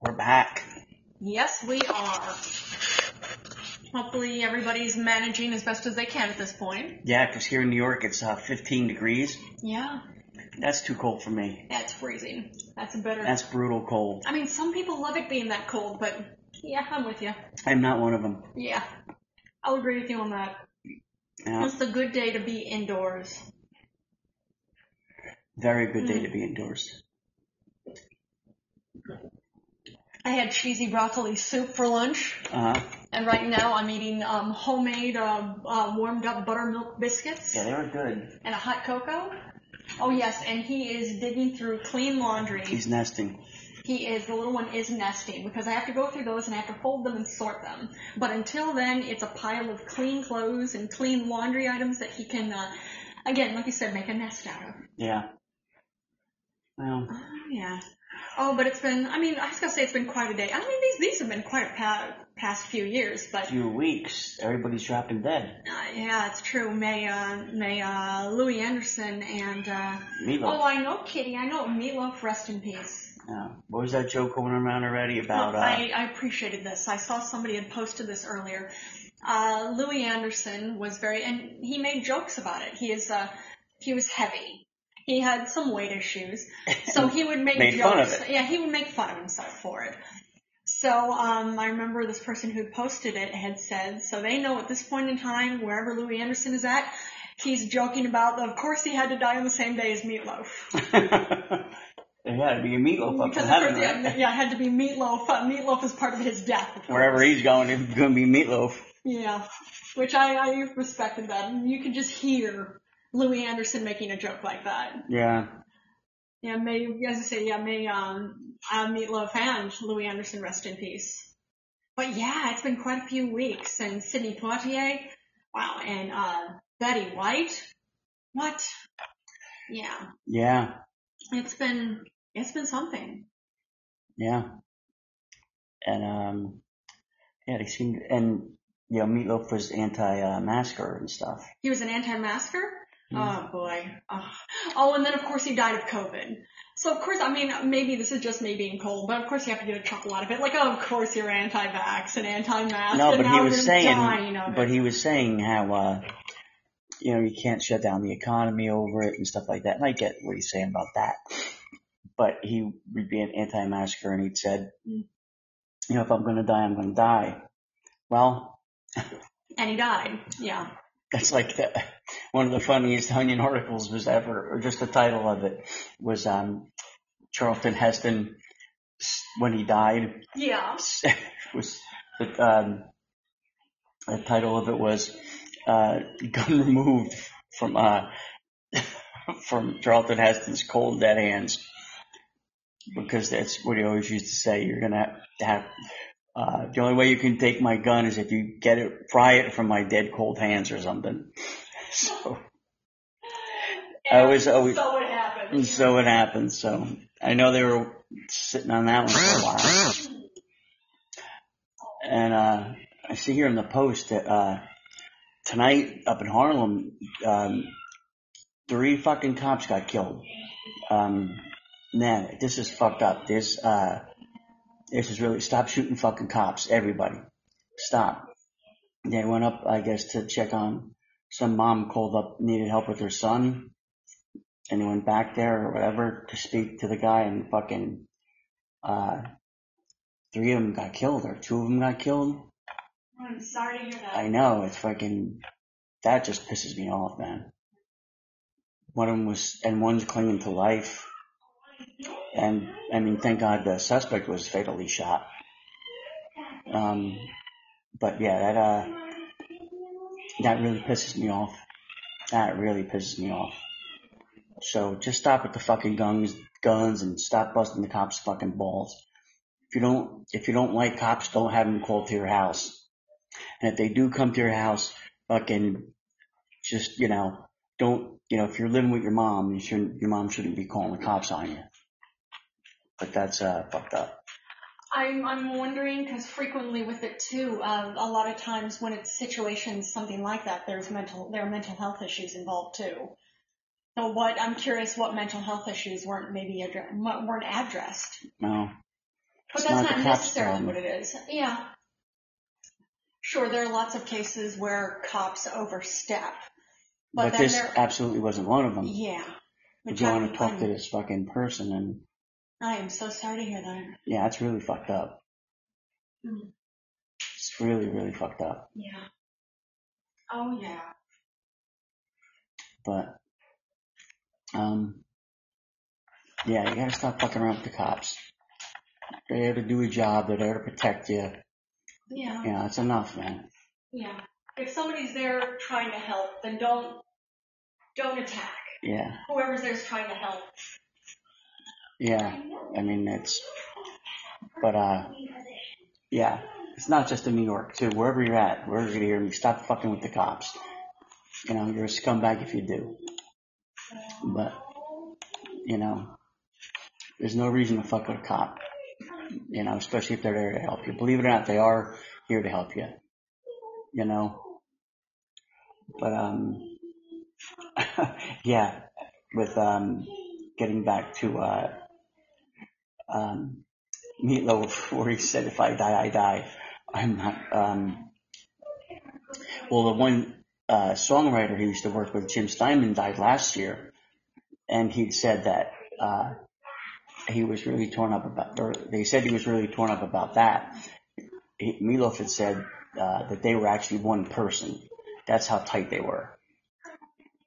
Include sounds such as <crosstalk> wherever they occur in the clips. We're back. Yes, we are. Hopefully, everybody's managing as best as they can at this point. Yeah, 'cause here in New York it's uh, 15 degrees. Yeah, That's too cold for me. that's freezing. That's a better. That's brutal cold. I mean, some people love it being that cold, but yeah, I'm with you. I'm not one of them. Yeah, I'll agree with you on that. Yeah, It's a good day to be indoors. very good day to be indoors. I had cheesy broccoli soup for lunch, Uh, and right now I'm eating um, homemade uh, uh, warmed up buttermilk biscuits yeah, they were good. and a hot cocoa. Oh yes, and he is digging through clean laundry. He's nesting. He is, the little one is nesting because I have to go through those and I have to fold them and sort them. But until then, it's a pile of clean clothes and clean laundry items that he can, uh, again, like you said, make a nest out of. Yeah. Well, Oh, yeah. Oh, but it's been, I mean, I was going to say it's been quite a day. I mean, these, these have been quite a pa- past few years, but few weeks. Everybody's dropping dead. uh, yeah, it's true. May, uh, May, uh, Louis Anderson and, uh, Milo. oh, I know Kitty, I know Meatloaf, rest in peace. Yeah. What was that joke going around already about? No, Uh, <laughs> I, I appreciated this. I saw somebody had posted this earlier. Uh, Louis Anderson was very, and he made jokes about it. He is, uh, he was heavy. He had some weight <laughs> issues, so he would make Made jokes. fun of it. Yeah, he would make fun of himself for it. So um, I remember this person who posted it had said, so they know at this point in time, wherever Louis Anderson is at, he's joking about. Of course, he had to die on the same day as Meatloaf. there had to be a meatloaf up <laughs> in Because heaven, of course, right? yeah, yeah, it had to be meatloaf. Uh, meatloaf is part of his death. of Wherever course. he's going, it's going to be meatloaf. Yeah, which I, I respected that. And you could just hear Louis Anderson making a joke like that. Yeah. Yeah, may as I say, yeah, may um, uh, meatloaf and Louis Anderson rest in peace. But yeah, it's been quite a few weeks, and Sidney Poitier, wow, and uh, Betty White, what? Yeah, Yeah. it's been it's been something. Yeah. And, um, yeah, they seemed, and, you know, meatloaf was anti-masker and stuff. He was an anti-masker. Mm. Oh boy. Oh. oh, and then of course he died of COVID. So of course, I mean, maybe this is just me being cold, but of course you have to get a chuckle out of it. Like, oh, of course you're anti-vax and anti-mask. No, and but he now was you're saying, dying of but it. he was saying how, uh, you know, you can't shut down the economy over it and stuff like that. And I get what he's saying about that. But he would be an anti-masker and he'd said, Mm. you know, if I'm going to die, I'm going to die. Well, and he died. Yeah. that's like the, one of the funniest Onion articles was ever, or just the title of it was, um, Charlton Heston, s- when he died, <laughs> Yeah. <laughs> was the, um, the title of it was uh, "Gun Removed from uh, <laughs> from Charlton Heston's Cold Dead Hands," because that's what he always used to say. You're gonna have uh, the only way you can take my gun is if you get it, pry it from my dead cold hands or something. <laughs> So, I was always- So what happened? so it happened. So I know they were sitting on that one for a while. And uh, I see here in the post that uh, tonight up in Harlem, um, three fucking cops got killed. Um, man, this is fucked up. This uh, this is really stop shooting fucking cops, everybody. Stop. They went up, I guess, to check on some mom called up needed help with her son, and they went back there or whatever to speak to the guy and fucking. Uh, three of them got killed or two of them got killed. I'm sorry to hear that. I know it's fucking that just pisses me off, man. One of them was and one's clinging to life, and I mean, thank God the suspect was fatally shot. Um, but yeah, that uh, that really pisses me off. That really pisses me off. So just stop with the fucking guns, guns, and stop busting the cops' fucking balls. If you don't, if you don't like cops, don't have them called to your house. And if they do come to your house, fucking just, you know, don't, you know, if you're living with your mom, you shouldn't, your mom shouldn't be calling the cops on you. But that's, uh, fucked up. I'm I'm wondering because frequently with it too, um, a lot of times when it's situations something like that, there's mental there are mental health issues involved too. So what I'm curious what mental health issues weren't maybe addre- weren't addressed. No. But It's that's not the not cops' necessarily problem. what it is. Yeah. Sure, there are lots of cases where cops overstep. But, But then this there, absolutely wasn't one of them. yeah. If you want John, to talk to I'm- this fucking person, and I am so sorry to hear that. yeah, it's really fucked up. Mm. It's really, really fucked up. Yeah. Oh yeah. But, um, yeah, you gotta stop fucking around with the cops. They're there to do a job. They're there to protect you. Yeah. You know, it's enough, man. Yeah. If somebody's there trying to help, then don't don't attack. Yeah, Whoever's there is trying to help. yeah. I know. I mean, it's, but, uh, yeah, it's not just in New York, too. Wherever you're at, wherever you're hearing me, stop fucking with the cops. You know, you're a scumbag if you do. But, you know, there's no reason to fuck with a cop. You know, especially if they're there to help you. Believe it or not, they are here to help you. You know? But, um, <laughs> yeah, with, um, getting back to, uh, um, Meatloaf where he said, if I die, I die. I'm not, um, well, the one, uh, songwriter he used to work with, Jim Steinman, died last year. And he'd said that, uh, he was really torn up about, or they said he was really torn up about that. He, Meatloaf had said, uh, that they were actually one person. That's how tight they were.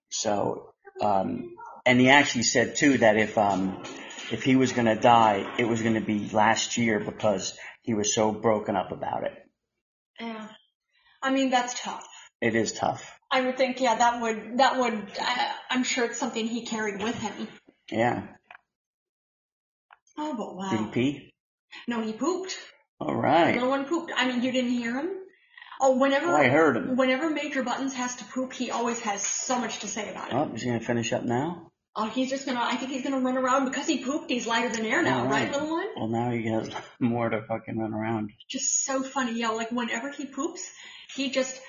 So, um, and he actually said too that if, um, if he was going to die, it was going to be last year because he was so broken up about it. Yeah. I mean that's tough. It is tough. I would think yeah that would that would I, I'm sure it's something he carried with him. Yeah. Oh but wow. Did he pee? No, he pooped. All right. No one pooped. I mean you didn't hear him. Oh, whenever Oh, I heard him. whenever Major Buttons has to poop, he always has so much to say about it. Oh, he's going to finish up now? Oh, he's just gonna. I think he's gonna run around because he pooped. He's lighter than air now, All right, right. little one? Well, now he has <laughs> more to fucking run around. Just so funny, yo. Like whenever he poops, he just uh,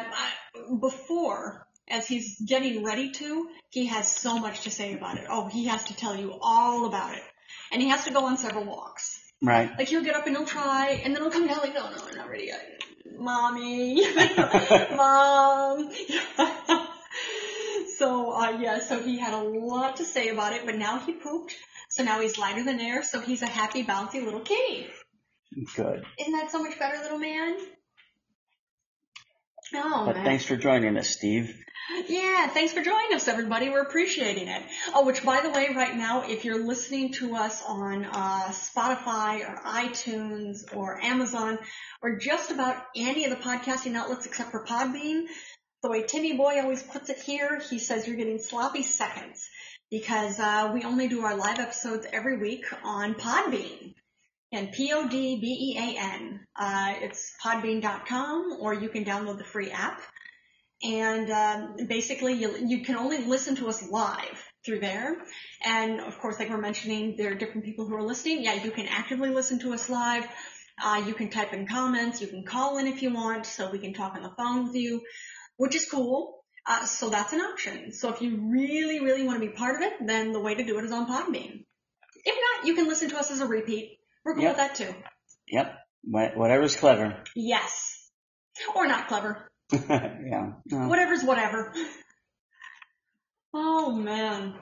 I, before as he's getting ready to, he has so much to say about it. Oh, he has to tell you all about it, and he has to go on several walks. Right. Like he'll get up and he'll try, and then he'll come down like, no, no, I'm not ready yet. Mommy, <laughs> mom. <laughs> so uh, yeah, so he had a lot to say about it, but now he pooped, so now he's lighter than air, so he's a happy, bouncy little kitty. Good. Isn't that so much better, little man? Oh, But man. thanks for joining us, Steve. Yeah, thanks for joining us, everybody. We're appreciating it. Oh, which, by the way, right now, if you're listening to us on uh, Spotify or iTunes or Amazon or just about any of the podcasting outlets except for Podbean, the way Timmy Boy always puts it here, he says you're getting sloppy seconds because uh, we only do our live episodes every week on Podbean and P-O-D-B-E-A-N. E Uh, it's podbean.com or you can download the free app. And um, basically, you, you can only listen to us live through there. And of course, like we're mentioning, there are different people who are listening. Yeah, you can actively listen to us live. Uh, you can type in comments. You can call in if you want, so we can talk on the phone with you, which is cool. Uh, so that's an option. So if you really, really want to be part of it, then the way to do it is on Podbean. If not, you can listen to us as a repeat. We're cool Yep. with that too. Yep. Wha- Whatever's clever. <laughs> Yes. Or not clever. yeah. No. Whatever's whatever. Oh man.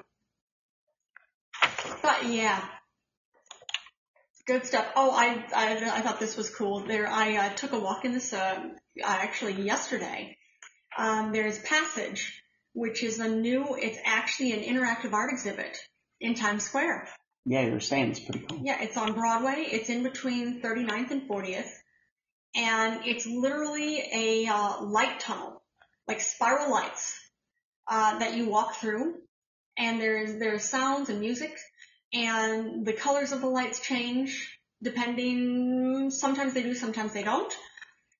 But yeah. Good stuff. Oh, I, I, I thought this was cool. There, I uh, took a walk in this, uh, uh, actually yesterday. Um, there's Passage, which is a new, it's actually an interactive art exhibit in Times Square. Yeah, you were saying it's pretty cool. Yeah, it's on Broadway. It's in between 39th and 40th. And it's literally a uh, light tunnel, like spiral lights uh, that you walk through. And there's there's sounds and music, and the colors of the lights change depending. Sometimes they do, sometimes they don't.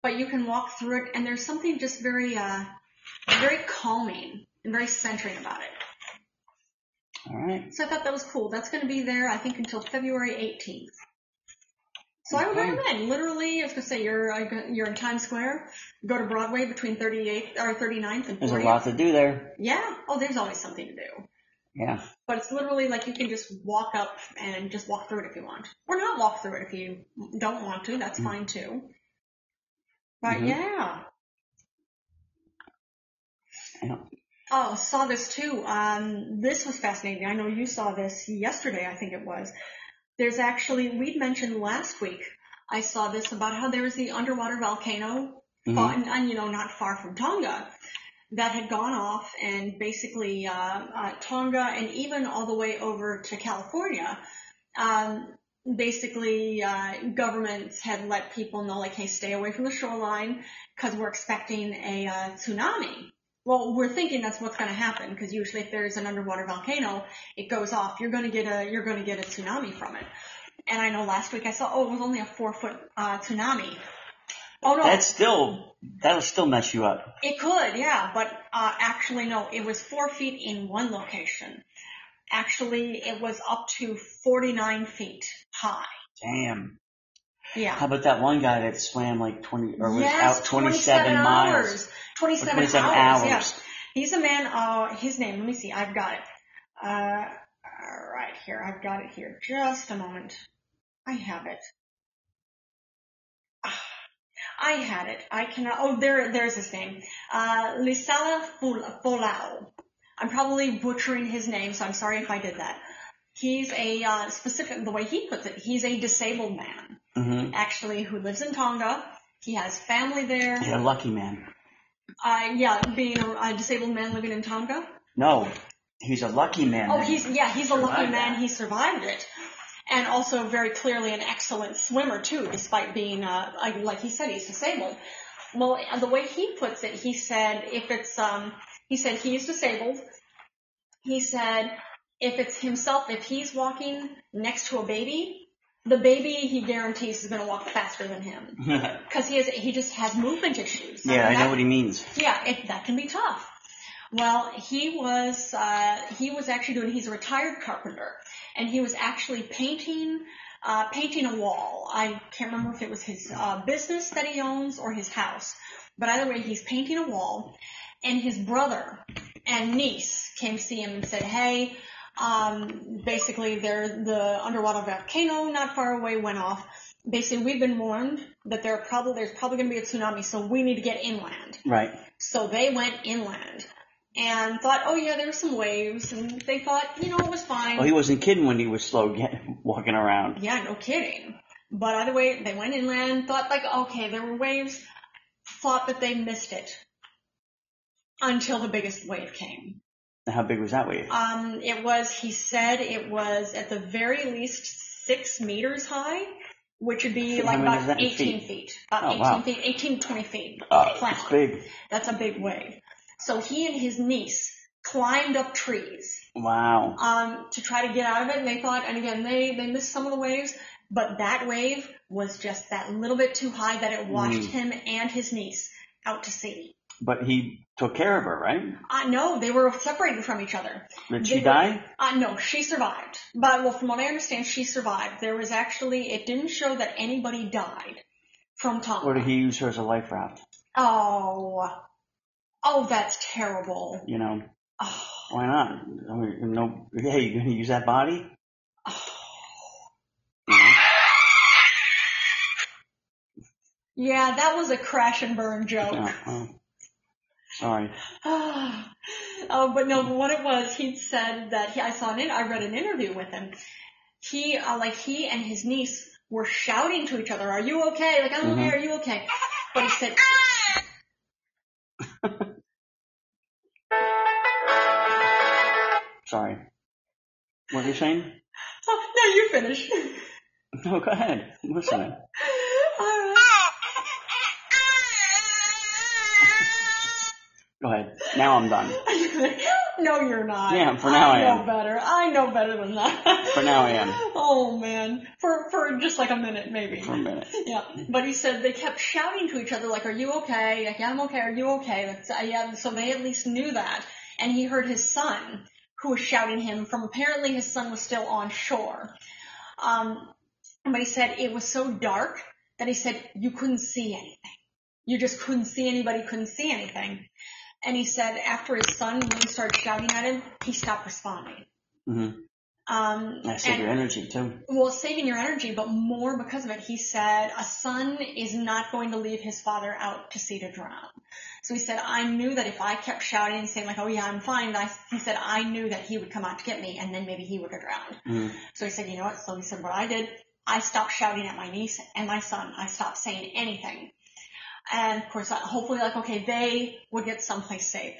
But you can walk through it, and there's something just very uh, very calming and very centering about it. All right. So I thought that was cool. That's going to be there, I think, until February 18th. So I would Okay. recommend, literally, I was going to say, you're, uh, you're in Times Square, go to Broadway between 38th, or 39th and 40th. There's a lot to do there. Yeah. Oh, there's always something to do. Yeah. But it's literally like you can just walk up and just walk through it if you want. Or not walk through it if you don't want to, that's Mhm. fine too. But Mhm. yeah. Yeah. Oh, saw this too. Um, this was fascinating. I know you saw this yesterday, I think it was. There's actually, we'd mentioned last week, I saw this about how there was the underwater volcano Mhm. on, on, you know, not far from Tonga that had gone off and basically uh, uh, Tonga and even all the way over to California, um, basically uh, governments had let people know like, hey, stay away from the shoreline because we're expecting a uh, tsunami. Well, we're thinking that's what's going to happen because usually if there's an underwater volcano, it goes off. You're going to get a you're going to get a tsunami from it. And I know last week I saw oh it was only a four foot uh, tsunami. Oh no, That's still that'll still mess you up. it could, yeah, but uh, actually, no, it was four feet in one location. Actually, it was up to 49 feet high. Damn. How Yeah. about that one guy that swam like twenty or was yes, out twenty seven miles hours. or 27, twenty seven hours. hours? Yeah. He's a man, uh, his name, let me see, I've got it. Uh, alright, here, I've got it here. Just a moment. I have it. Ah, I had it. I cannot, oh, there, there's his name. Uh, Lisala Ful- Folao. I'm probably butchering his name, so I'm sorry if I did that. He's a, uh, specific, the way he puts it, he's a disabled man, Mm-hmm. actually, who lives in Tonga. He has family there. Yeah, lucky man. Uh, yeah, being a, a disabled man living in Tonga. No, he's a lucky man. Oh, then. he's yeah, he's a lucky Survived man. that. He survived it, and also very clearly an excellent swimmer too, despite being uh, like, like he said, he's disabled. Well, the way he puts it, he said if it's um, he said he's disabled. He said if it's himself, if he's walking next to a baby, the baby he guarantees is going to walk faster than him <laughs> yeah, because he has he just has movement issues. I know That- what he means. yeah, it, that can be tough. Well, he was uh, he was actually doing. He's a retired carpenter, and he was actually painting uh, painting a wall. I can't remember if it was his uh, business that he owns or his house, but either way, he's painting a wall. And his brother and niece came see him and said, "Hey, um, basically, there the underwater volcano not far away went off. Basically, we've been warned that there are probably there's probably going to be a tsunami, so we need to get inland." Right. So they went inland and thought, oh yeah, there's some waves, and they thought, you know, it was fine. Well, Oh, he wasn't kidding when he was slow <laughs> get, walking around. yeah, no kidding. But either way, they went inland, thought like, okay, there were waves, thought that they missed it until the biggest wave came. How big was that wave? Um, it was, he said, it was at the very least six meters high, which would be How like many is about that in 18 feet, feet? about Oh, 18 wow. feet, 18 20 feet. Uh, flat. it's big. That's a big wave. So he and his niece climbed up trees Wow. um, to try to get out of it. And they thought, and again, they, they missed some of the waves, but that wave was just that little bit too high that it washed Mm. him and his niece out to sea. But he took care of her, right? Uh, no, they were separated from each other. Did she They- die? Uh, no, she survived. But, well, from what I understand, she survived. There was actually, it didn't show that anybody died from Tonga. Or did he use her as a life raft? Oh. Oh, that's terrible. You know, Oh. why not? I mean, no, hey, you gonna use that body? Oh. You know? Yeah, that was a crash and burn joke. Yeah, oh. Sorry. Ah, <sighs> oh, but no, but what it was, he said that he, I saw an, in- I read an interview with him. He, uh, like he and his niece were shouting to each other, are you okay? Like, I'm okay, Mhm. are you okay? But he said, Sorry. What were you saying? oh, no, you finish. <laughs> No, go ahead. I'm listening. Alright. Go ahead. Now I'm done. <laughs> no, you're not. Yeah, for now I know am. better. I know better than that. For now I am. <laughs> Oh man, for for just like a minute maybe. For a minute. Yeah, but he said they kept shouting to each other like, "Are you okay? Like, yeah, I'm okay. Are you okay?" That's, uh, yeah, so they at least knew that, and he heard his son who was shouting him from. Apparently, his son was still on shore. Um, but he said it was so dark that he said you couldn't see anything. You just couldn't see anybody. Couldn't see anything. And he said after his son really started shouting at him, he stopped responding. Mm-hmm. Um, I save and- your energy too. well, saving your energy, but more because of it. He said, a son is not going to leave his father out to sea to drown. So he said, I knew that if I kept shouting and saying like, oh yeah, I'm fine, I, he said, I knew that he would come out to get me and then maybe he would have drowned. Mm. So he said, you know what? So he said, what I did, I stopped shouting at my niece and my son. I stopped saying anything. And of course, I- hopefully like, okay, they would get someplace safe.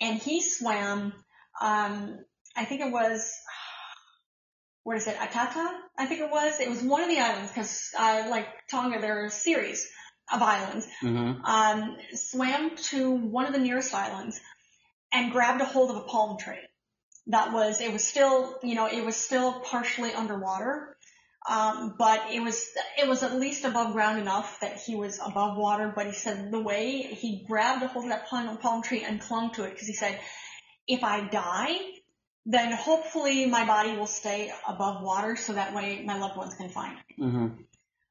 And he swam, um, I think it was, <sighs> what is it, Akata? I think it was. It was one of the islands because, uh, like Tonga, there are a series of islands. Mm-hmm. Um, swam to one of the nearest islands and grabbed a hold of a palm tree. That was, it was still, you know, it was still partially underwater. Um, but it was, it was at least above ground enough that he was above water, but he said the way he grabbed a hold of that palm, palm tree and clung to it because he said, if I die, then hopefully my body will stay above water so that way my loved ones can find it. Mm-hmm.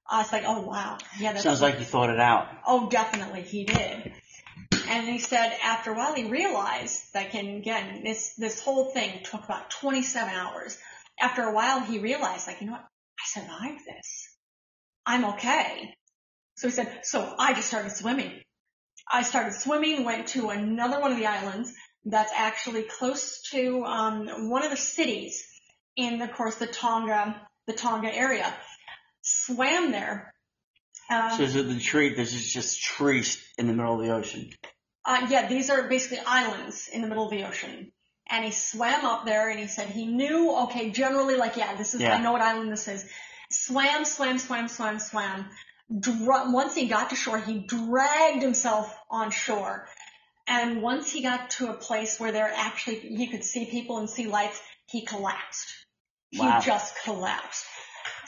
I was like, oh wow. Yeah, that's Sounds like you thought it out. Oh, definitely he did. And he said after a while he realized that can again this this whole thing took about 27 hours. After a while he realized like you know what I survived this. I'm okay. So he said so I just started swimming. I started swimming, went to another one of the islands that's actually close to um, one of the cities in of course the Tonga the Tonga area. Swam there. Um, So is it the tree? This is just trees in the middle of the ocean. Uh, yeah, these are basically islands in the middle of the ocean. And he swam up there and he said he knew, okay, generally like, yeah, this is, Yeah. I know what island this is. Swam, swam, swam, swam, swam. Dra- once he got to shore, he dragged himself on shore. And once he got to a place where there actually, he could see people and see lights, he collapsed Wow. he just collapsed.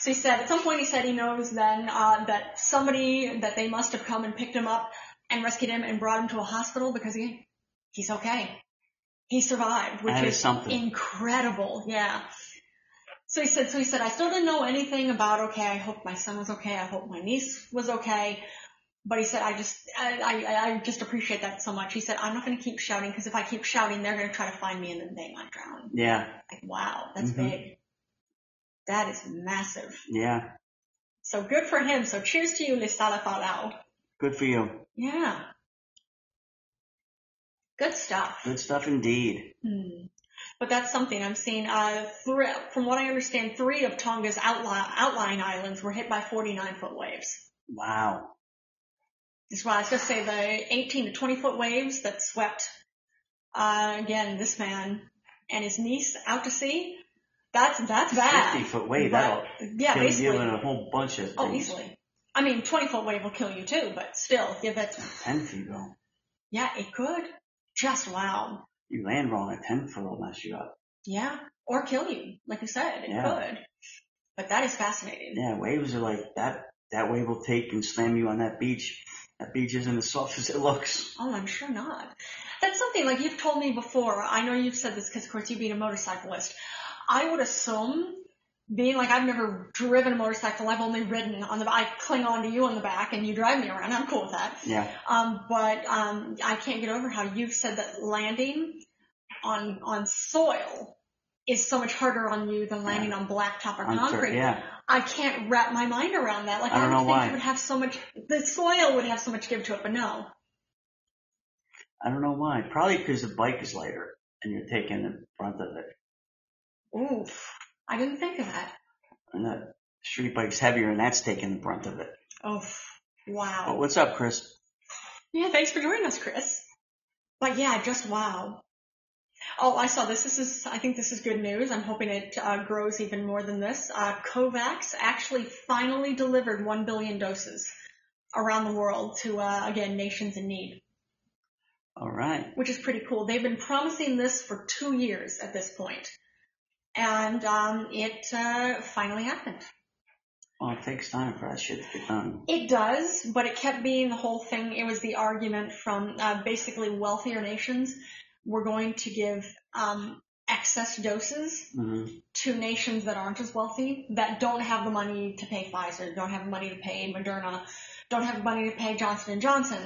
So he said, at some point he said he knows then uh, that somebody, that they must have come and picked him up and rescued him and brought him to a hospital because he, he's okay. He survived, which That is is something. incredible. Yeah. So he said, so he said, I still didn't know anything about, okay, I hope my son was okay. I hope my niece was okay. But he said, I just, I, I, I just appreciate that so much. He said, I'm not going to keep shouting because if I keep shouting, they're going to try to find me and then they might drown. Yeah. Like, wow, that's Mhm. big. That is massive. Yeah. So good for him. So cheers to you, Listada Falao. Good for you. Yeah. Good stuff. Good stuff indeed. Hmm. But that's something I'm seeing. Uh, thr from what I understand, three of Tonga's outli- outlying islands were hit by 49 foot waves. Wow. That's why I was just say the 18 to 20 foot waves that swept, uh, again, this man and his niece out to sea. That's, that's bad. 50 foot wave. But- That'll yeah, kill you basically. and a whole bunch of things. Oh, easily. I mean, 20 foot wave will kill you too, but still, yeah, that's, 10 feet though. yeah, it could. Just wow. You land wrong at 10 foot will mess you up. Yeah. Or kill you. Like you said, it Yeah. could. But that is fascinating. Yeah, waves are like that. That wave will take and slam you on that beach. That beach isn't as soft <laughs> as it looks. Oh, I'm sure not. That's something like you've told me before. I know you've said this because, of course, you've been a motorcyclist. I would assume, being like I've never driven a motorcycle, I've only ridden on the. I cling on to you on the back, and you drive me around. I'm cool with that. Yeah. Um, but um, I can't get over how you've said that landing on on soil is so much harder on you than landing on blacktop or I'm sure- concrete. yeah. I can't wrap my mind around that. Like I I, don't would know think why. it would have so much. The soil would have so much give to it, but no. I don't know why. Probably because the bike is lighter and you're taking the brunt of it. Oof. I didn't think of that. And the street bike's heavier and that's taking the brunt of it. Oof. Oh, Wow. what's up, Chris? Yeah, thanks for joining us, Chris. But yeah, just wow. Oh, I saw this. This is, I think this is good news. I'm hoping it uh, grows even more than this. Uh, COVAX actually finally delivered 1 billion doses around the world to, uh, again, nations in need, All right. which is pretty cool. They've been promising this for two years at this point, And um, it uh, finally happened. Well, it takes time for that shit to get done. It does, but it kept being the whole thing. It was the argument from uh, basically wealthier nations were going to give um, excess doses hmm to nations that aren't as wealthy, that don't have the money to pay Pfizer, don't have the money to pay Moderna, don't have the money to pay Johnson and Johnson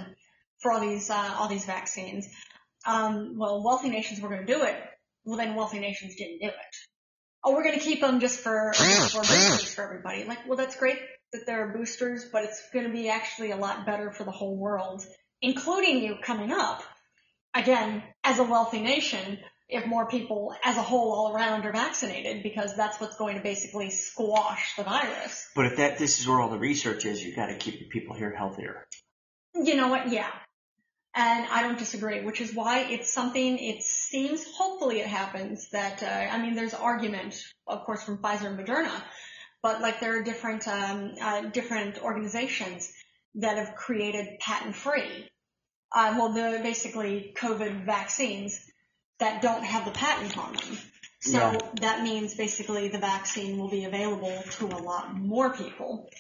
for all these uh, all these vaccines. um, well, wealthy nations were going to do it. Well, then wealthy nations didn't do it. Oh, we're going to keep them just for, for boosters for everybody. Like, well, that's great that there are boosters, but it's going to be actually a lot better for the whole world, including you coming up. Again, as a wealthy nation, if more people as a whole all around are vaccinated, because that's what's going to basically squash the virus. But if that this is where all the research is, you got to keep the people here healthier. You know what? Yeah. And I don't disagree, which is why it's something, it seems, hopefully it happens that, uh, I mean, there's argument, of course, from Pfizer and Moderna, but like there are different, um, uh, different organizations that have created patent free, uh, well, the basically COVID vaccines that don't have the patent on them. So Yeah. that means basically the vaccine will be available to a lot more people.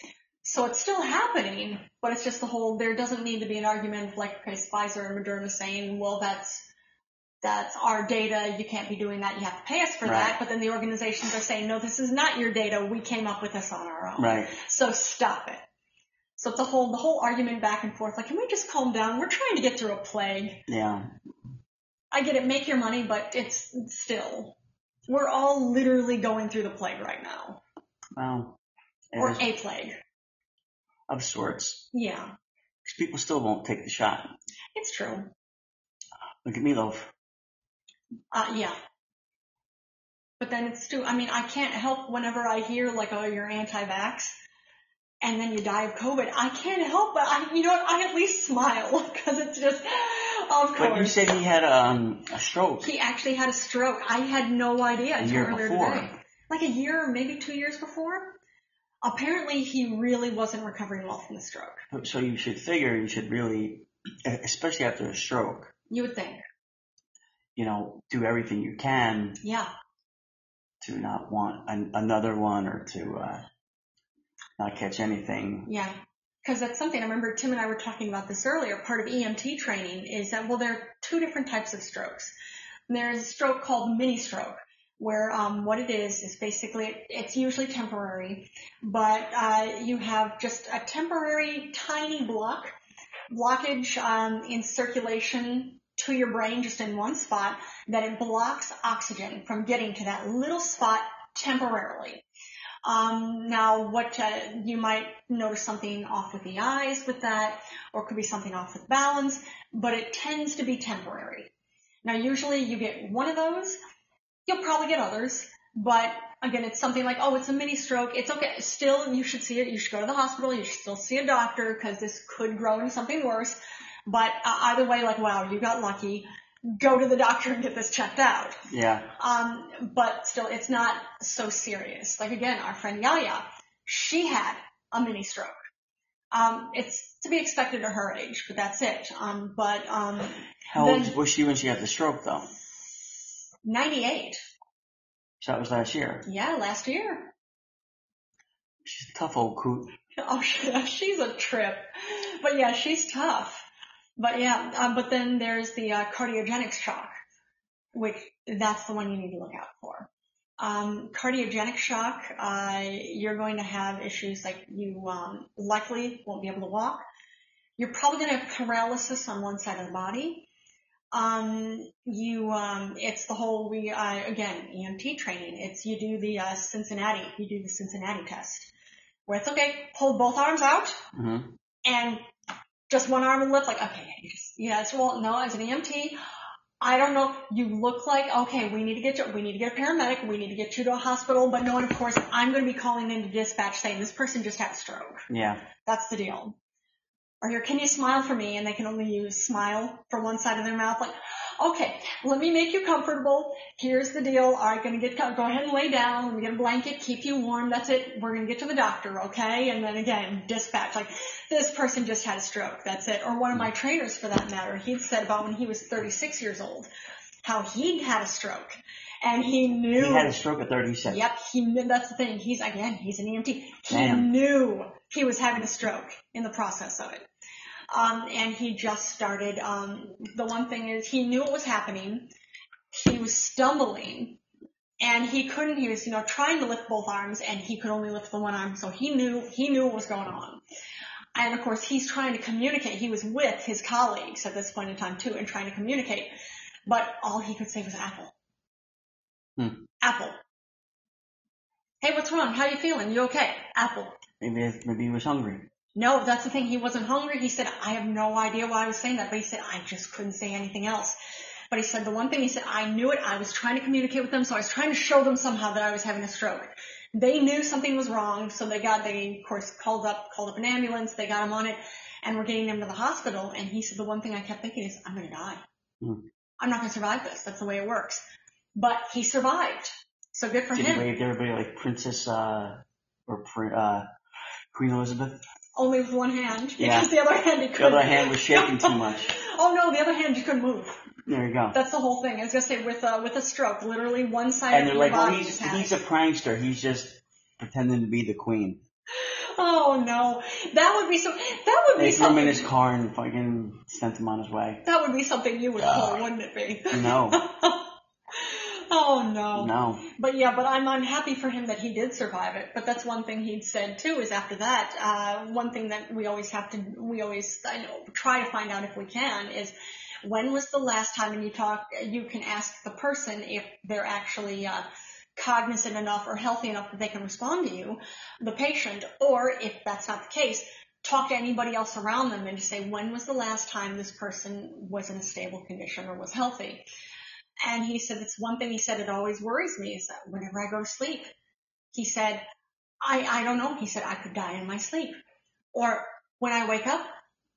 So it's still happening, but it's just the whole, there doesn't need to be an argument of like, okay, Pfizer and Moderna saying, well, that's, that's our data. You can't be doing that. You have to pay us for Right. that. But then the organizations are saying, no, this is not your data. We came up with this on our own. Right. So stop it. So it's a whole, the whole argument back and forth. Like, can we just calm down? We're trying to get through a plague. Yeah. I get it, make your money, but it's still, we're all literally going through the plague right now. Well, it Or is a plague. of sorts. Yeah, 'Cause people still won't take the shot. it's true. Look at me, Loaf. Uh, yeah. But then it's too, I mean, I can't help whenever I hear like, oh, you're anti-vax, and then you die of COVID. I can't help but, I, you know what, I at least smile, <laughs> because it's just, of But you course. said he had um, a stroke. He actually had a stroke. I had no idea A until year earlier before. today. Like a year, maybe two years before. Apparently, he really wasn't recovering well from the stroke. So you should figure you should really, especially after a stroke, You would think, you know, do everything you can yeah. to not want an, another one or to uh, not catch anything. Yeah. Because that's something I remember Tim and I were talking about this earlier. Part of EMT training is that, well, there are two different types of strokes. There's a stroke called mini stroke, where um, what it is is basically it's usually temporary, but uh, you have just a temporary tiny block blockage um, in circulation to your brain just in one spot that it blocks oxygen from getting to that little spot temporarily. Um, now, what uh, you might notice something off with the eyes with that, or it could be something off with balance, but it tends to be temporary. Now, usually you get one of those. You'll probably get others, but again, it's something like, oh, it's a mini stroke. It's okay. Still, you should see it. You should go to the hospital. You should still see a doctor because this could grow into something worse. But uh, either way, like, wow, you got lucky. Go to the doctor and get this checked out. Yeah. Um, but still, it's not so serious. Like again, our friend Yaya, she had a mini stroke. Um, it's to be expected at her age, but that's it. Um, but um, How Then- old was she when she had the stroke though? 98, So that was last year. yeah, last year. She's a tough old coot. <laughs> Oh, yeah, she's a trip. But yeah, she's tough. But yeah, um, but then there's the uh, cardiogenic shock, which that's the one you need to look out for. Um, cardiogenic shock, uh, you're going to have issues like you um, likely won't be able to walk. You're probably going to have paralysis on one side of the body. Um, you, um, it's the whole we uh, again EMT training. It's you do the uh, Cincinnati, you do the Cincinnati test, where it's okay, hold both arms out hmm and just one arm and lift, like, okay, you just- yes, well, no, as an EMT, I don't know, you look like, okay, we need to get you, we need to get a paramedic, we need to get you to a hospital, but no, and of course, I'm gonna be calling into dispatch saying this person just had a stroke. Yeah. That's the deal. Or here, can you smile for me? And they can only use smile for one side of their mouth. Like, okay, let me make you comfortable. Here's the deal. All right, gonna get co- go ahead and lay down. Let me get a blanket, keep you warm. That's it. We're gonna get to the doctor, okay? And then again, dispatch. Like, this person just had a stroke. That's it. Or one of my trainers, for that matter, he'd said about when he was 36 years old, how he'd had a stroke, and he knew. He had a stroke at 36. Yep, he knew, that's the thing. He's again, he's an EMT. He Damn. knew he was having a stroke in the process of it. Um, and he just started, um, the one thing is he knew it was happening. He was stumbling and he couldn't, he was, you know, trying to lift both arms and he could only lift the one arm. So he knew, he knew what was going on. And of course he's trying to communicate. He was with his colleagues at this point in time too and trying to communicate. but all he could say was apple. Hmm. Apple. Hey, what's wrong? How you feeling? You okay? Apple. Maybe it- maybe he was hungry. No, that's the thing. He wasn't hungry. He said, I have no idea why I was saying that, but he said, I just couldn't say anything else. But he said the one thing, he said, I knew it. I was trying to communicate with them, so I was trying to show them somehow that I was having a stroke. They knew something was wrong, so they got, they of course called up, called up an ambulance, they got him on it, and we're getting him to the hospital, and he said the one thing I kept thinking is, I'm gonna die. Hmm. I'm not gonna survive this. That's the way it works. But he survived. So good for Did him. he waved everybody like Princess uh or Pri- uh <laughs> Queen Elizabeth? Only with one hand. Yeah. Because the other hand he The couldn't. other hand was shaking too much. Oh no, the other hand you couldn't move. There you go. That's the whole thing. I was gonna say with a with a stroke, literally one side And of they're your like, well, body he's just had he's it. a prankster. He's just pretending to be the queen. Oh no, that would be so. That would be They threw him in something. his car and fucking sent him on his way. That would be something you would Yeah. pull, wouldn't it be? <laughs> No, oh no. no. But yeah, but I'm I'm happy for him that he did survive it. But that's one thing he'd said too is after that, uh, one thing that we always have to we always I know, try to find out if we can is when was the last time you talk you can ask the person if they're actually uh, cognizant enough or healthy enough that they can respond to you, the patient, or if that's not the case, talk to anybody else around them and just say when was the last time this person was in a stable condition or was healthy. And he said, it's one thing he said, it always worries me is that whenever I go to sleep, he said, I, I don't know. He said, I could die in my sleep. Or when I wake up,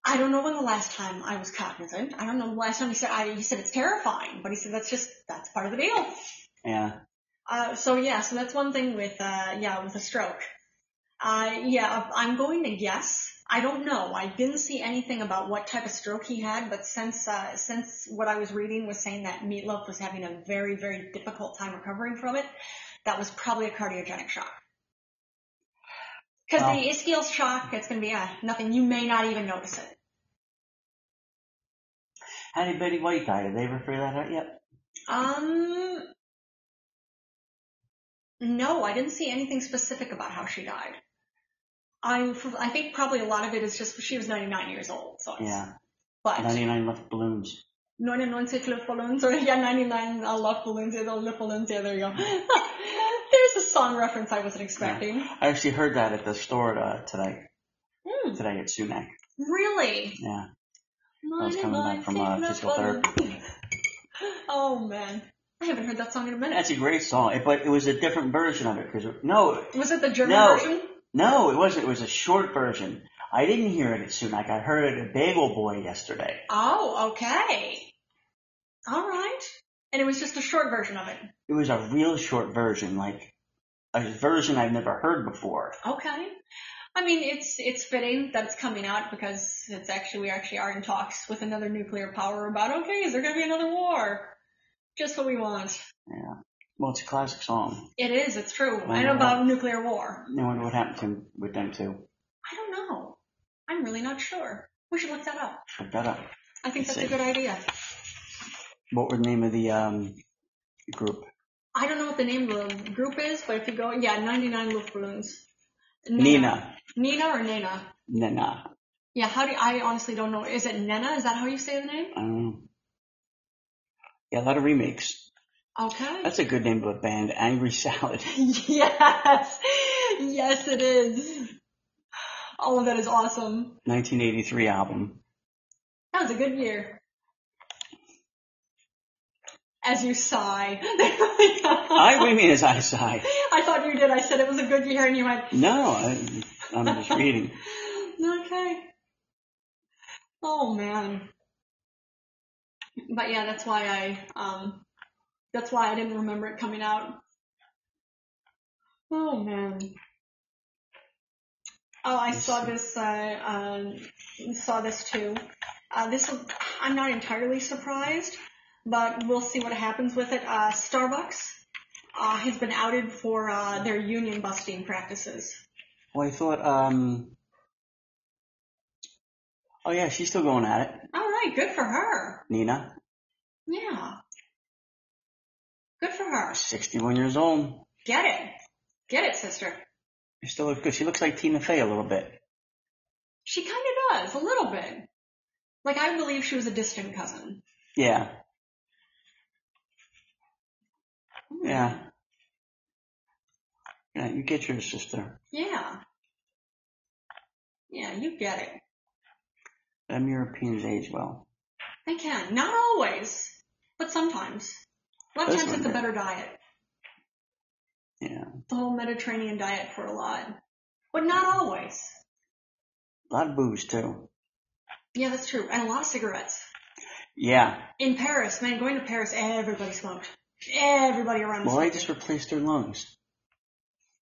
I don't know when the last time I was cognizant. I don't know the last time he said, I, he said, it's terrifying, but he said, that's just, that's part of the deal. Yeah. Uh, so yeah, so that's one thing with, uh, yeah, with a stroke. Uh, yeah, I'm going to guess. I don't know. I didn't see anything about what type of stroke he had, but since, uh, since what I was reading was saying that Meatloaf was having a very, very difficult time recovering from it, that was probably a cardiogenic shock. Cause Wow. the ischial shock, it's gonna be, uh, nothing. You may not even notice it. How did Betty White die? Did they ever figure that out yet? Um, no, I didn't see anything specific about how she died. I, I think probably a lot of it is just she was 99 years old, so it's, Yeah. but 99 left balloons. 99 lip balloons, or yeah, 99 uh, love balloons, yeah, the lip balloons, yeah, there you go. <laughs> There's a song reference I wasn't expecting. I actually heard that at the store uh, today. Hmm, Today at Sumac. really? Yeah. I was coming back from, 99 uh, physical lip balloons. <laughs> oh man, I haven't heard that song in a minute. That's a great song, it, but it was a different version of it. Cause it- no, Was it the German No. version? no, it wasn't. It was a short version. I didn't hear it at Sumac. I heard it at Bagel Boy yesterday. Oh, okay. All right. And it was just a short version of it. It was a real short version, like a version I've never heard before. Okay. I mean, it's it's fitting that it's coming out because it's actually we actually are in talks with another nuclear power about okay, is there going to be another war? Just what we want. Well, it's a classic song. It is. It's true. Why I know not? about nuclear war. I wonder what happened to him with them too. I don't know. I'm really not sure. We should look that up. Look that up. I think Let's that's a see. good idea. What were the name of the um group? I don't know what the name of the group is, but if you go, yeah, 99 Luftballons. Nina. Nina or Nina? Nina. Yeah, how do you, I honestly don't know. Is it Nena? Is that how you say the name? I don't know. Yeah, a lot of remakes. Okay. That's a good name of a band, Angry Salad. <laughs> <laughs> yes. Yes, it is. Oh, that is awesome. 1983 album. That was a good year. As you sigh. <laughs> I what do you mean as I sigh? I thought you did. I said it was a good year and you went, No, I, I'm just reading. okay. Oh man. But yeah, that's why I um that's why I didn't remember it coming out. Oh man. Oh, I Let's saw see. this uh um saw this too. Uh this I'm not entirely surprised, but we'll see what happens with it. Uh Starbucks uh, has been outed for uh, their union busting practices. Well, I thought, um, oh yeah, she's still going at it. All right, good for her. Nina, Yeah. Good for her. 61 years old. Get it. Get it, sister. She still looks good. She looks like Tina Fey a little bit. She kind of does, a little bit. Like, I believe she was a distant cousin. Yeah. Yeah. Yeah, you get your sister. Yeah. Yeah, you get it. Them Europeans age well. They can. Not always, but sometimes. A lot of That's times it's a better wonderful. diet. Yeah. The whole Mediterranean diet for a lot. But not always. A lot of booze too. Yeah, that's true. And a lot of cigarettes. Yeah. In Paris, man, going to Paris, everybody smoked. Everybody around Well, they smoked. just replaced their lungs.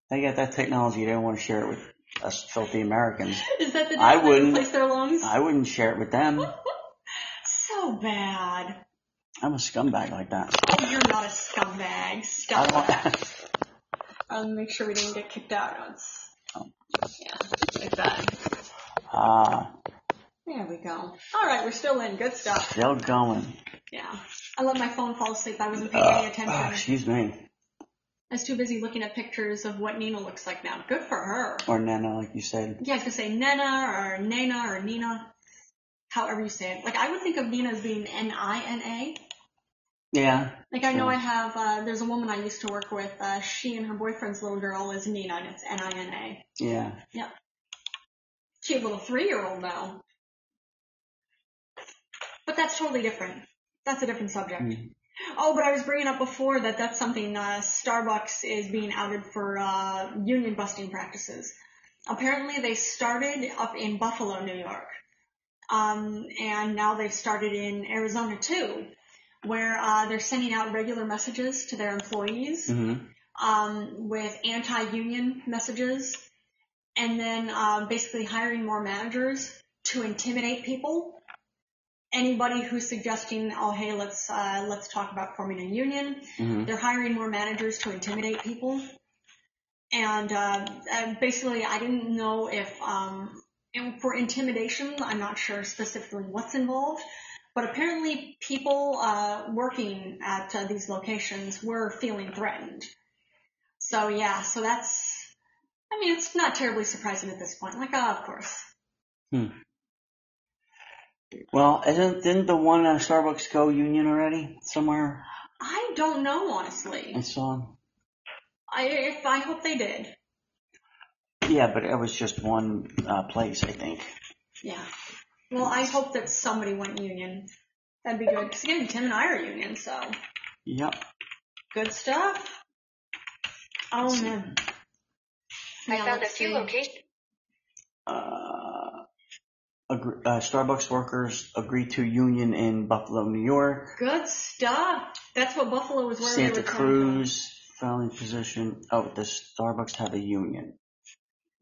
They got that technology. They don't want to share it with us filthy Americans. <laughs> Is that the I day they wouldn't. replaced their lungs? I wouldn't share it with them. so bad. I'm a scumbag like that. Oh, you're not a scumbag. I Stop that. don't, <laughs> I'll make sure we didn't get kicked out. It's, Oh. yeah, like that. uh, There we go. All right, we're still in. Good stuff. still going. Yeah. I let my phone fall asleep. I wasn't paying Uh, any attention. oh, excuse me. I was too busy looking at pictures of what Nina looks like now. Good for her. Or Nana, like you said. Yeah, I was gonna say Nena or Nana or Nina, however you say it. Like I would think of Nina as being N I N A. Yeah. Like I know Sure. I have. Uh, there's a woman I used to work with. Uh, she and her boyfriend's little girl is Nina, and it's N I N A. Yeah. Cute little three-year-old though. But that's totally different. That's a different subject. Mm. Oh, but I was bringing up before that that's something uh, Starbucks is being outed for uh, union busting practices. Apparently, they started up in Buffalo, New York, um, and now they've started in Arizona too, where uh, they're sending out regular messages to their employees hmm um, with anti-union messages, and then um, basically hiring more managers to intimidate people. Anybody who's suggesting, oh hey, let's uh, let's talk about forming a union, hmm they're hiring more managers to intimidate people. And uh, uh, basically, I didn't know if um, and for intimidation, I'm not sure specifically what's involved, but apparently, people uh, working at uh, these locations were feeling threatened. So yeah, so that's. I mean, it's not terribly surprising at this point. Like, uh, of course. Well, isn't, didn't the one uh, Starbucks go union already? Somewhere? I don't know, honestly. I saw. I, if, I hope they did. Yeah, but it was just one uh, place, I think. Yeah. Well, I hope that somebody went union. That'd be good. Because again, Tim and I are union, so Yep. good stuff. Oh man. I Now, found a let's few see. locations. Uh, agree, uh, Starbucks workers agree to union in Buffalo, New York. Good stuff. That's what Buffalo was where we Santa were coming from. Cruz filing position. Oh, the Starbucks have a union.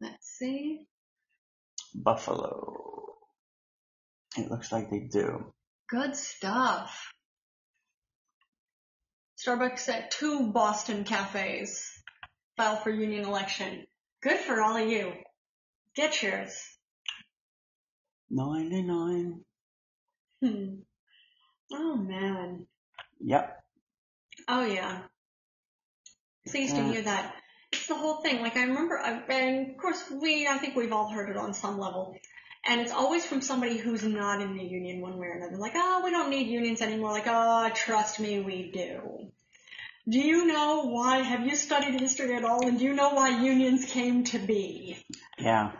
Let's see. Buffalo. It looks like they do. Good stuff. Starbucks at two Boston cafes file for union election. Good for all of you. Get yours. 99. Hmm. Oh man. Yep. Oh yeah. Please do Yeah. hear that. It's the whole thing. Like I remember, I, and of course we, I think we've all heard it on some level. And it's always from somebody who's not in the union one way or another. Like, oh, we don't need unions anymore. Like, oh, trust me, we do. Do you know why? Have you studied history at all? And do you know why unions came to be? Yeah.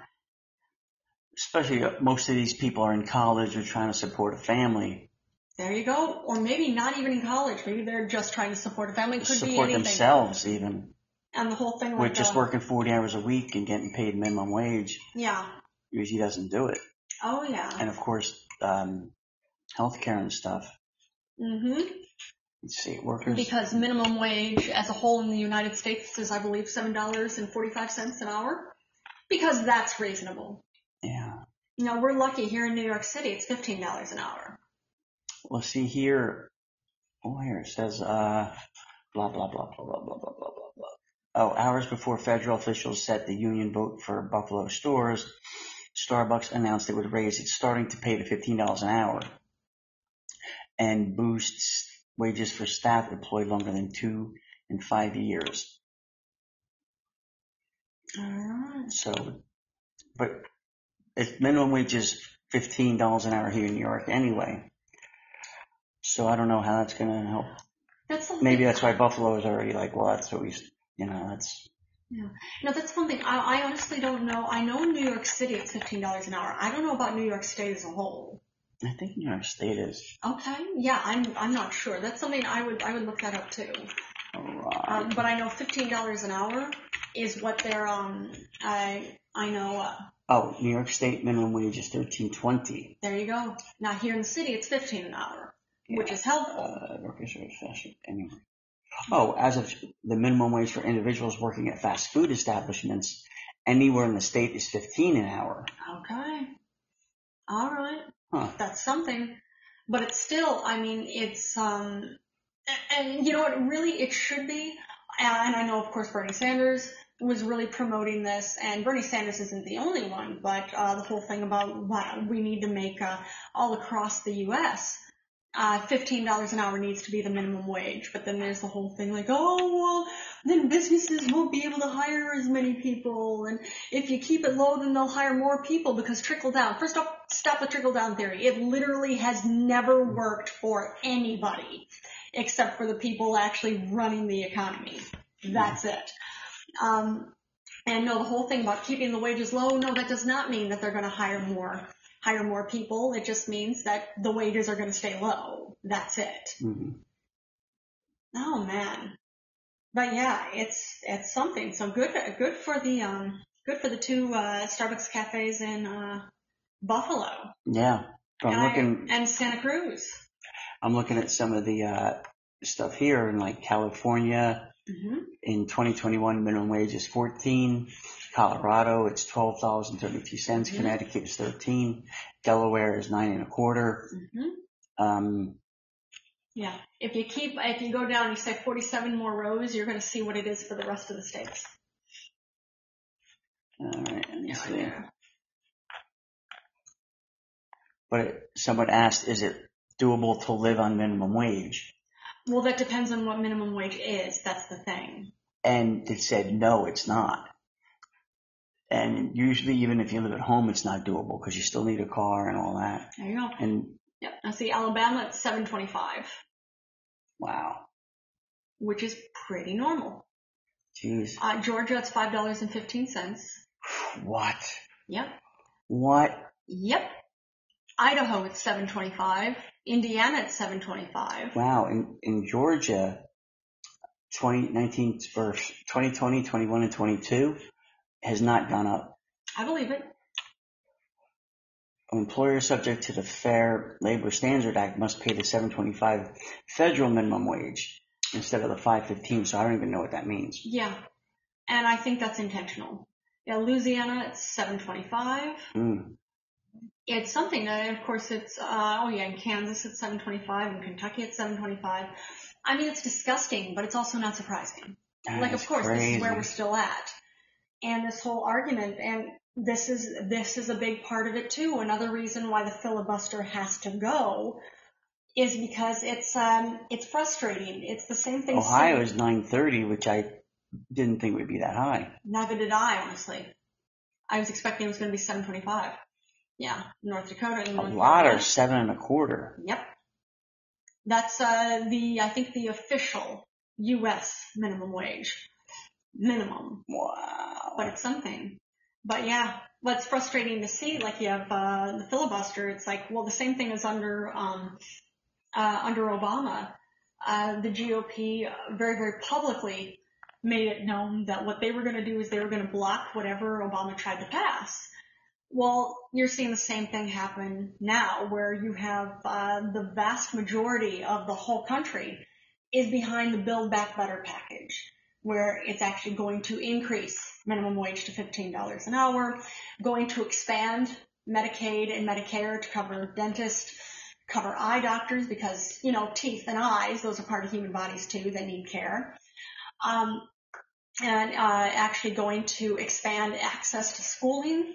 Especially uh, most of these people are in college or trying to support a family. There you go. Or maybe not even in college. Maybe they're just trying to support a family. Could be support anything. themselves even. And the whole thing. With Like, just uh, working 40 hours a week and getting paid minimum wage. Yeah. Usually doesn't do it. Oh yeah. And of course, um, healthcare and stuff. Mhm. Let's see, workers. Because minimum wage as a whole in the United States is, I believe, $7.45 an hour. Because that's reasonable. yeah. You know, we're lucky here in New York City, it's $15 an hour. Well, see here. Oh, here it says, uh, blah, blah, blah, blah, blah, blah, blah, blah, blah, blah. Oh, hours before federal officials set the union vote for Buffalo stores, Starbucks announced it would raise its starting to pay to $15 an hour and boosts wages for staff employed longer than two and five years. Alright. So, but it's minimum wage is $15 an hour here in New York anyway. So I don't know how that's going to help That's something. Maybe that's why Buffalo is already like, well, that's what we, s- you know, that's No, that's something I, I honestly don't know. I know in New York City it's fifteen dollars an hour. I don't know about New York State as a whole. I think New York State is Okay, yeah, I'm I'm not sure. That's something I would I would look that up too. Um, alright. but I know fifteen dollars an hour is what they're um I I know. Uh, Oh, New York State minimum wage is thirteen twenty. there you go. Now here in the city it's fifteen an hour, which is helpful. Uh, workers are fashion anyway. Oh, as of the minimum wage for individuals working at fast food establishments anywhere in the state is fifteen an hour. Okay, all right. Huh. that's something. But it's still, I mean, it's um, a- and you know what? Really, it should be. uh, And I know, of course, Bernie Sanders was really promoting this, and Bernie Sanders isn't the only one. But uh, the whole thing about wow, we need to make uh, all across the U.S. Uh, fifteen dollars an hour needs to be the minimum wage, but then there's the whole thing like, oh well, then businesses won't be able to hire as many people, and if you keep it low, then they'll hire more people because trickle down. First off, stop the trickle down theory. It literally has never worked for anybody except for the people actually running the economy. That's it. Um, and no, the whole thing about keeping the wages low, no, that does not mean that they're going to hire more, hire more people. It just means that the wages are going to stay low. That's it. hmm Oh man. But yeah, it's it's something. So good good for the um good for the two uh Starbucks cafes in uh Buffalo. Yeah, but and I'm I- looking, and Santa Cruz. I'm looking at some of the uh, stuff here in like California. hmm in 2021, minimum wage is 14. Colorado, it's 12 dollars and 32 cents. Mhm. Connecticut is 13. Delaware is nine and a quarter. hmm Um, Yeah. If you keep if you go down and you say 47 more rows, you're going to see what it is for the rest of the states. all right, let me see. Yeah. But it- someone asked, is it doable to live on minimum wage? Well, that depends on what minimum wage is. That's the thing. And they said, no, it's not. And usually, even if you live at home, it's not doable because you still need a car and all that. There you go. And Yep. I see Alabama at 725, wow, which is pretty normal. jeez, Uh, Georgia, it's $5.15. what, Yep. what? Yep. Idaho at 725. Indiana at 725. Wow, in, in Georgia, 20, 19, or 2020, 21, and 22 has not gone up. I believe it. Employers subject to the Fair Labor Standard Act must pay the 7.25 federal minimum wage instead of the 5.15. So I don't even know what that means. Yeah. And I think that's intentional. Yeah, Louisiana at 725. Mm, It's something that, of course, it's, uh, oh yeah, in Kansas it's 725 and Kentucky at 725. I mean, it's disgusting, but it's also not surprising. that like is of course this crazy. is where we're still at and this whole argument and this is this is a big part of it too another reason why the filibuster has to go is because it's um it's frustrating it's the same thing Ohio is 9.30, which I didn't think would be that high. neither did i honestly i was expecting it was going to be 725 yeah north dakota and A north lot are Carolina. seven and a quarter. yep that's uh the i think the official us minimum wage minimum Wow. but it's something. But yeah, what's frustrating to see, like you have uh, the filibuster. It's like, well, the same thing is under um, uh, under Obama. Uh, the GOP very, very publicly made it known that what they were going to do is they were going to block whatever Obama tried to pass. Well, you're seeing the same thing happen now, where you have uh, the vast majority of the whole country is behind the Build Back Better package where it's actually going to increase minimum wage to $15 an hour, going to expand Medicaid and Medicare to cover dentists, cover eye doctors because, you know, teeth and eyes, those are part of human bodies too, they need care. Um, and uh, actually going to expand access to schooling.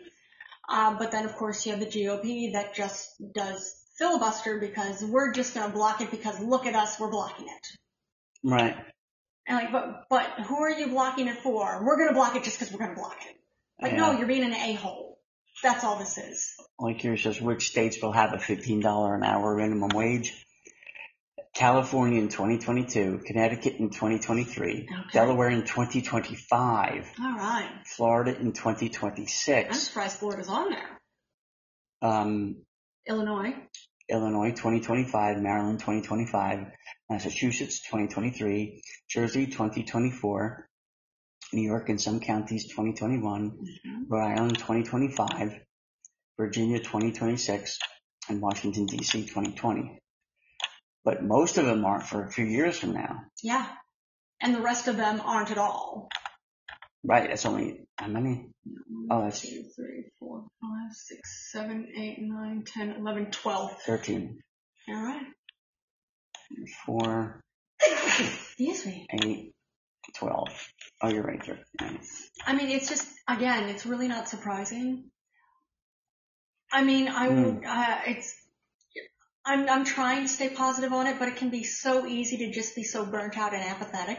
Uh, but then, of course, you have the GOP that just does filibuster because we're just going to block it because look at us, we're blocking it. Right. And like, but but who are you blocking it for? We're gonna block it just because we're gonna block it. Like, Yeah. no, you're being an a hole. That's all this is. Like yours says, which states will have a $15 an hour minimum wage? California in 2022, Connecticut in 2023, Okay. Delaware in 2025, All right. Florida in I'm 2026, surprised Florida's on there. um, Illinois. Illinois 2025, Maryland 2025, Massachusetts 2023, Jersey 2024, New York in some counties 2021, Mhm. Rhode Island 2025, Virginia 2026, and Washington DC 2020. But most of them aren't for a few years from now. Yeah. And the rest of them aren't at all. Right, that's only how many? Oh, One, that's- two, three, four, five, six, seven, eight, nine, ten, eleven, twelve. 13. All right. 4, <laughs> Excuse me. 8, 12. Oh, you're right there. Right. I mean, it's just again, it's really not surprising. I mean, I Mm. would, uh, it's. I'm I'm trying to stay positive on it, but it can be so easy to just be so burnt out and apathetic,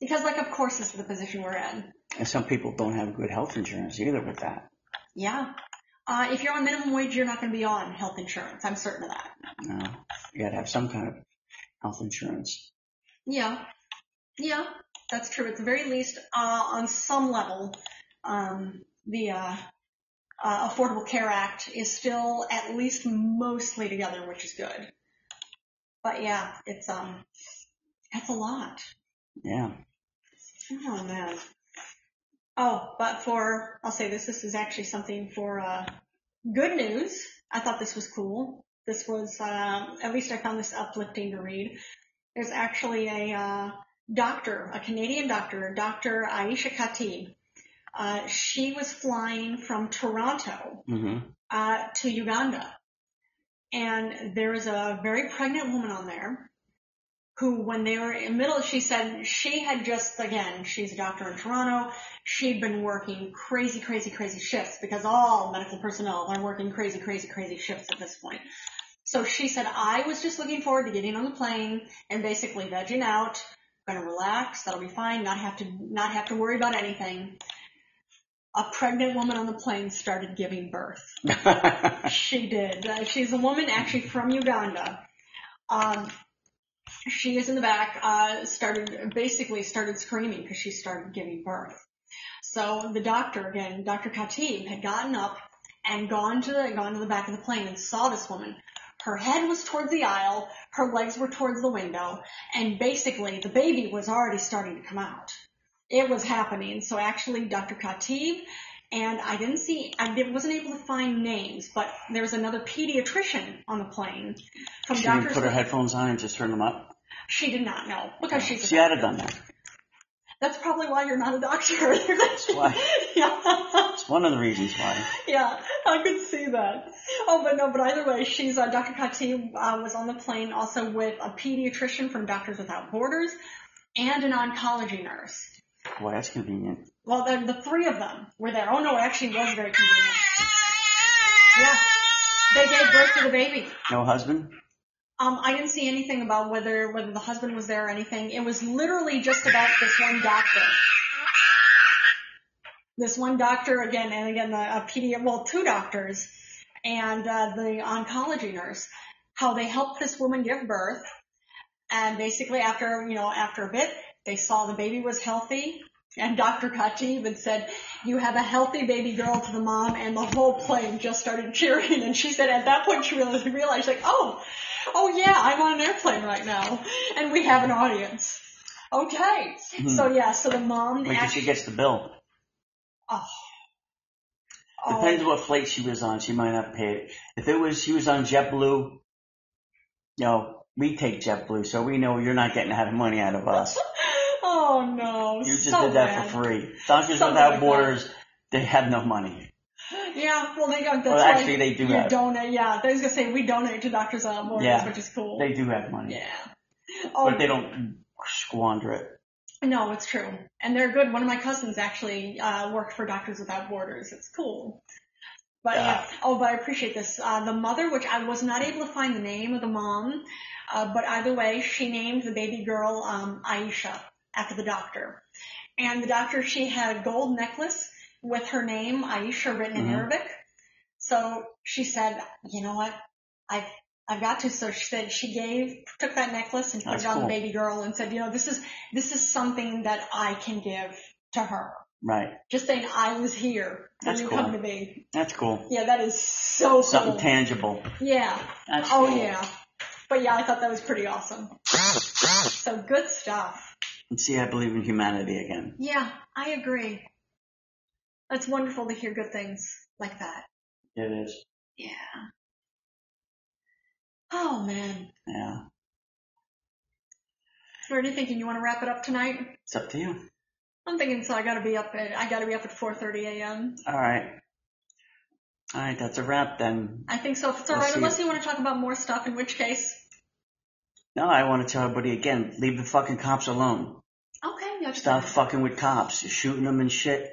because like, of course, this is the position we're in. And some people don't have good health insurance either with that. Yeah. Uh, if you're on minimum wage, you're not going to be on health insurance. I'm certain of that. No, you gotta have some kind of health insurance. Yeah. Yeah, that's true. At the very least, uh, on some level, um, the uh, uh, Affordable Care Act is still at least mostly together, which is good. But yeah, it's um, that's a lot. Yeah. Oh man. Oh, but for I'll say this. This is actually something for uh, good news. I thought this was cool. This was uh, at least I found this uplifting to read. There's actually a uh, doctor, a Canadian doctor, Dr. Aisha Khatib. Uh, she was flying from Toronto hmm uh, to Uganda. And there was a very pregnant woman on there who, when they were in middle, she said she had just, again, she's a doctor in Toronto. She'd been working crazy, crazy, crazy shifts because all medical personnel are working crazy, crazy, crazy shifts at this point. So she said, I was just looking forward to getting on the plane and basically vegging out, gonna relax, that'll be fine, not have to, not have to worry about anything. A pregnant woman on the plane started giving birth. She did. Uh, she's a woman actually from Uganda. Um, she is in the back. Uh, started basically started screaming because she started giving birth. So the doctor again, Dr. Khatib, had gotten up and gone to the gone to the back of the plane and saw this woman. Her head was towards the aisle, her legs were towards the window, and basically the baby was already starting to come out. It was happening. So actually, Dr. Khatib and I didn't see, I did, wasn't able to find names, but there was another pediatrician on the plane from she Doctor. didn't put her headphones on and just turn them up. She did not know because she's a She had done that. That's probably why you're not a doctor. <laughs> That's why. yeah. It's one of the reasons why. yeah, I could see that. Oh, but no, but either way, she's, uh, Dr. Kati uh, was on the plane also with a pediatrician from Doctors Without Borders and an oncology nurse. Boy, that's convenient. Well, the, the three of them were there. Oh no, it actually was very convenient. Yeah. They gave birth to the baby. No husband? Um, I didn't see anything about whether, whether the husband was there or anything. It was literally just about this one doctor. This one doctor again, and again, the, a pedi- well, two doctors and uh, the oncology nurse, how they helped this woman give birth. And basically after, you know, after a bit, they saw the baby was healthy. And Dr. Kachi even said, you have a healthy baby girl to the mom and the whole plane just started cheering. And she said at that point she realized, realized like, oh, oh yeah, I'm on an airplane right now and we have an audience. Okay. Hmm. So yeah, so the mom Wait till she actually, gets the bill. oh, Depends what flight she was on. She might not pay it. If it was, she was on JetBlue, you know, we take JetBlue, so we know you're not getting out of money out <laughs> of us. oh no. You just so did that bad. for free. Doctors Something Without like that. Borders, they have no money. Yeah, well, they got that's Well, actually, why they do you have- donate. Yeah, I was gonna say we donate to Doctors Without Borders, Yeah. which is cool. They do have money, yeah. Oh but they don't squander it. no, it's true, and they're good. One of my cousins actually uh, worked for Doctors Without Borders. It's cool. But yeah. Oh, but I appreciate this. Uh, the mother, which I was not able to find the name of the mom, uh, but either way, she named the baby girl um, Aisha after the doctor. And the doctor, she had a gold necklace with her name Aisha written in Mhm. Arabic. So she said, you know what? I've I've got to. So she said she gave, took that necklace and put That's it on cool. the baby girl and said, you know, this is, this is something that I can give to her. Right. Just saying I was here when That's you cool. come to me. That's cool. Yeah, that is so Something cool. tangible. yeah. That's Oh cool. yeah. But yeah, I thought that was pretty awesome. So good stuff. And see, I believe in humanity again. Yeah, I agree. That's wonderful to hear good things like that. It is. Yeah. Oh man. Yeah. So are you thinking you want to wrap it up tonight? It's up to you. I'm thinking so I gotta be up at I gotta be up at four thirty AM. All right. All right. That's a wrap then. I think so if it's I'll alright, see unless you want to talk about more stuff, in which case No, I want to tell everybody again, leave the fucking cops alone. Okay, yeah. just- Stop fucking with cops. You're shooting them and shit.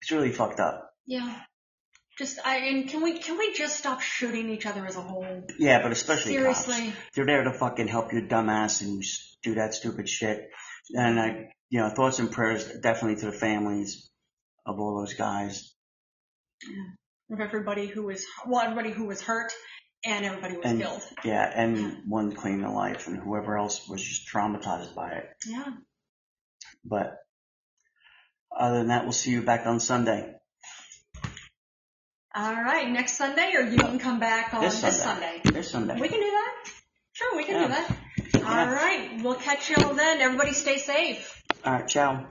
It's really fucked up. Yeah. Just I and can we can we just stop shooting each other as a whole? Yeah, but especially cops. Seriously. They're there to fucking help you dumbass and s- do that stupid shit. And I, you know, thoughts and prayers definitely to the families of all those guys of everybody who was well, everybody who was hurt and everybody who was And- killed. Yeah, and one claiming a life, and whoever else was just traumatized by it. Yeah. But other than that, we'll see you back on Sunday. All right, next Sunday, or you can come back on This Oh, this, Sunday. Sunday. This Sunday. We can do that. Sure, we can Yeah. do that. All Yeah. right, we'll catch y'all then. Everybody, stay safe. All right, ciao.